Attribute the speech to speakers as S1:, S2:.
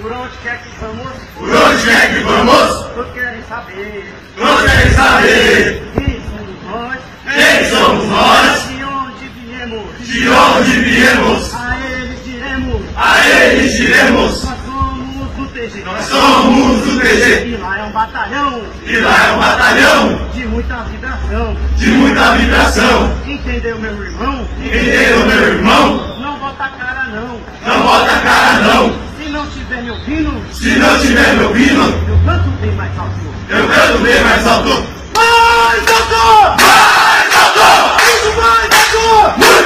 S1: Por onde quer que vamos,
S2: Por onde é que vamos?
S1: todos querem saber.
S2: Nós queremos saber
S1: Quem somos nós?
S2: quem somos nós,
S1: De onde viemos?
S2: de onde viemos,
S1: A eles diremos,
S2: a eles diremos.
S1: nós somos do TG.
S2: Nós somos o TG
S1: E lá é um batalhão
S2: e lá é um batalhão
S1: de muita vibração.
S2: de muita vibração.
S1: Entendeu, meu irmão?
S2: Entendeu, meu irmão?
S1: Não bota a cara, não.
S2: Não bota a cara não,
S1: Se não tiver me ouvindo,
S2: se não tiver meu pino,
S1: eu canto bem mais alto.
S2: eu canto bem mais alto. Mais alto! Mais alto! Muito mais alto! Muito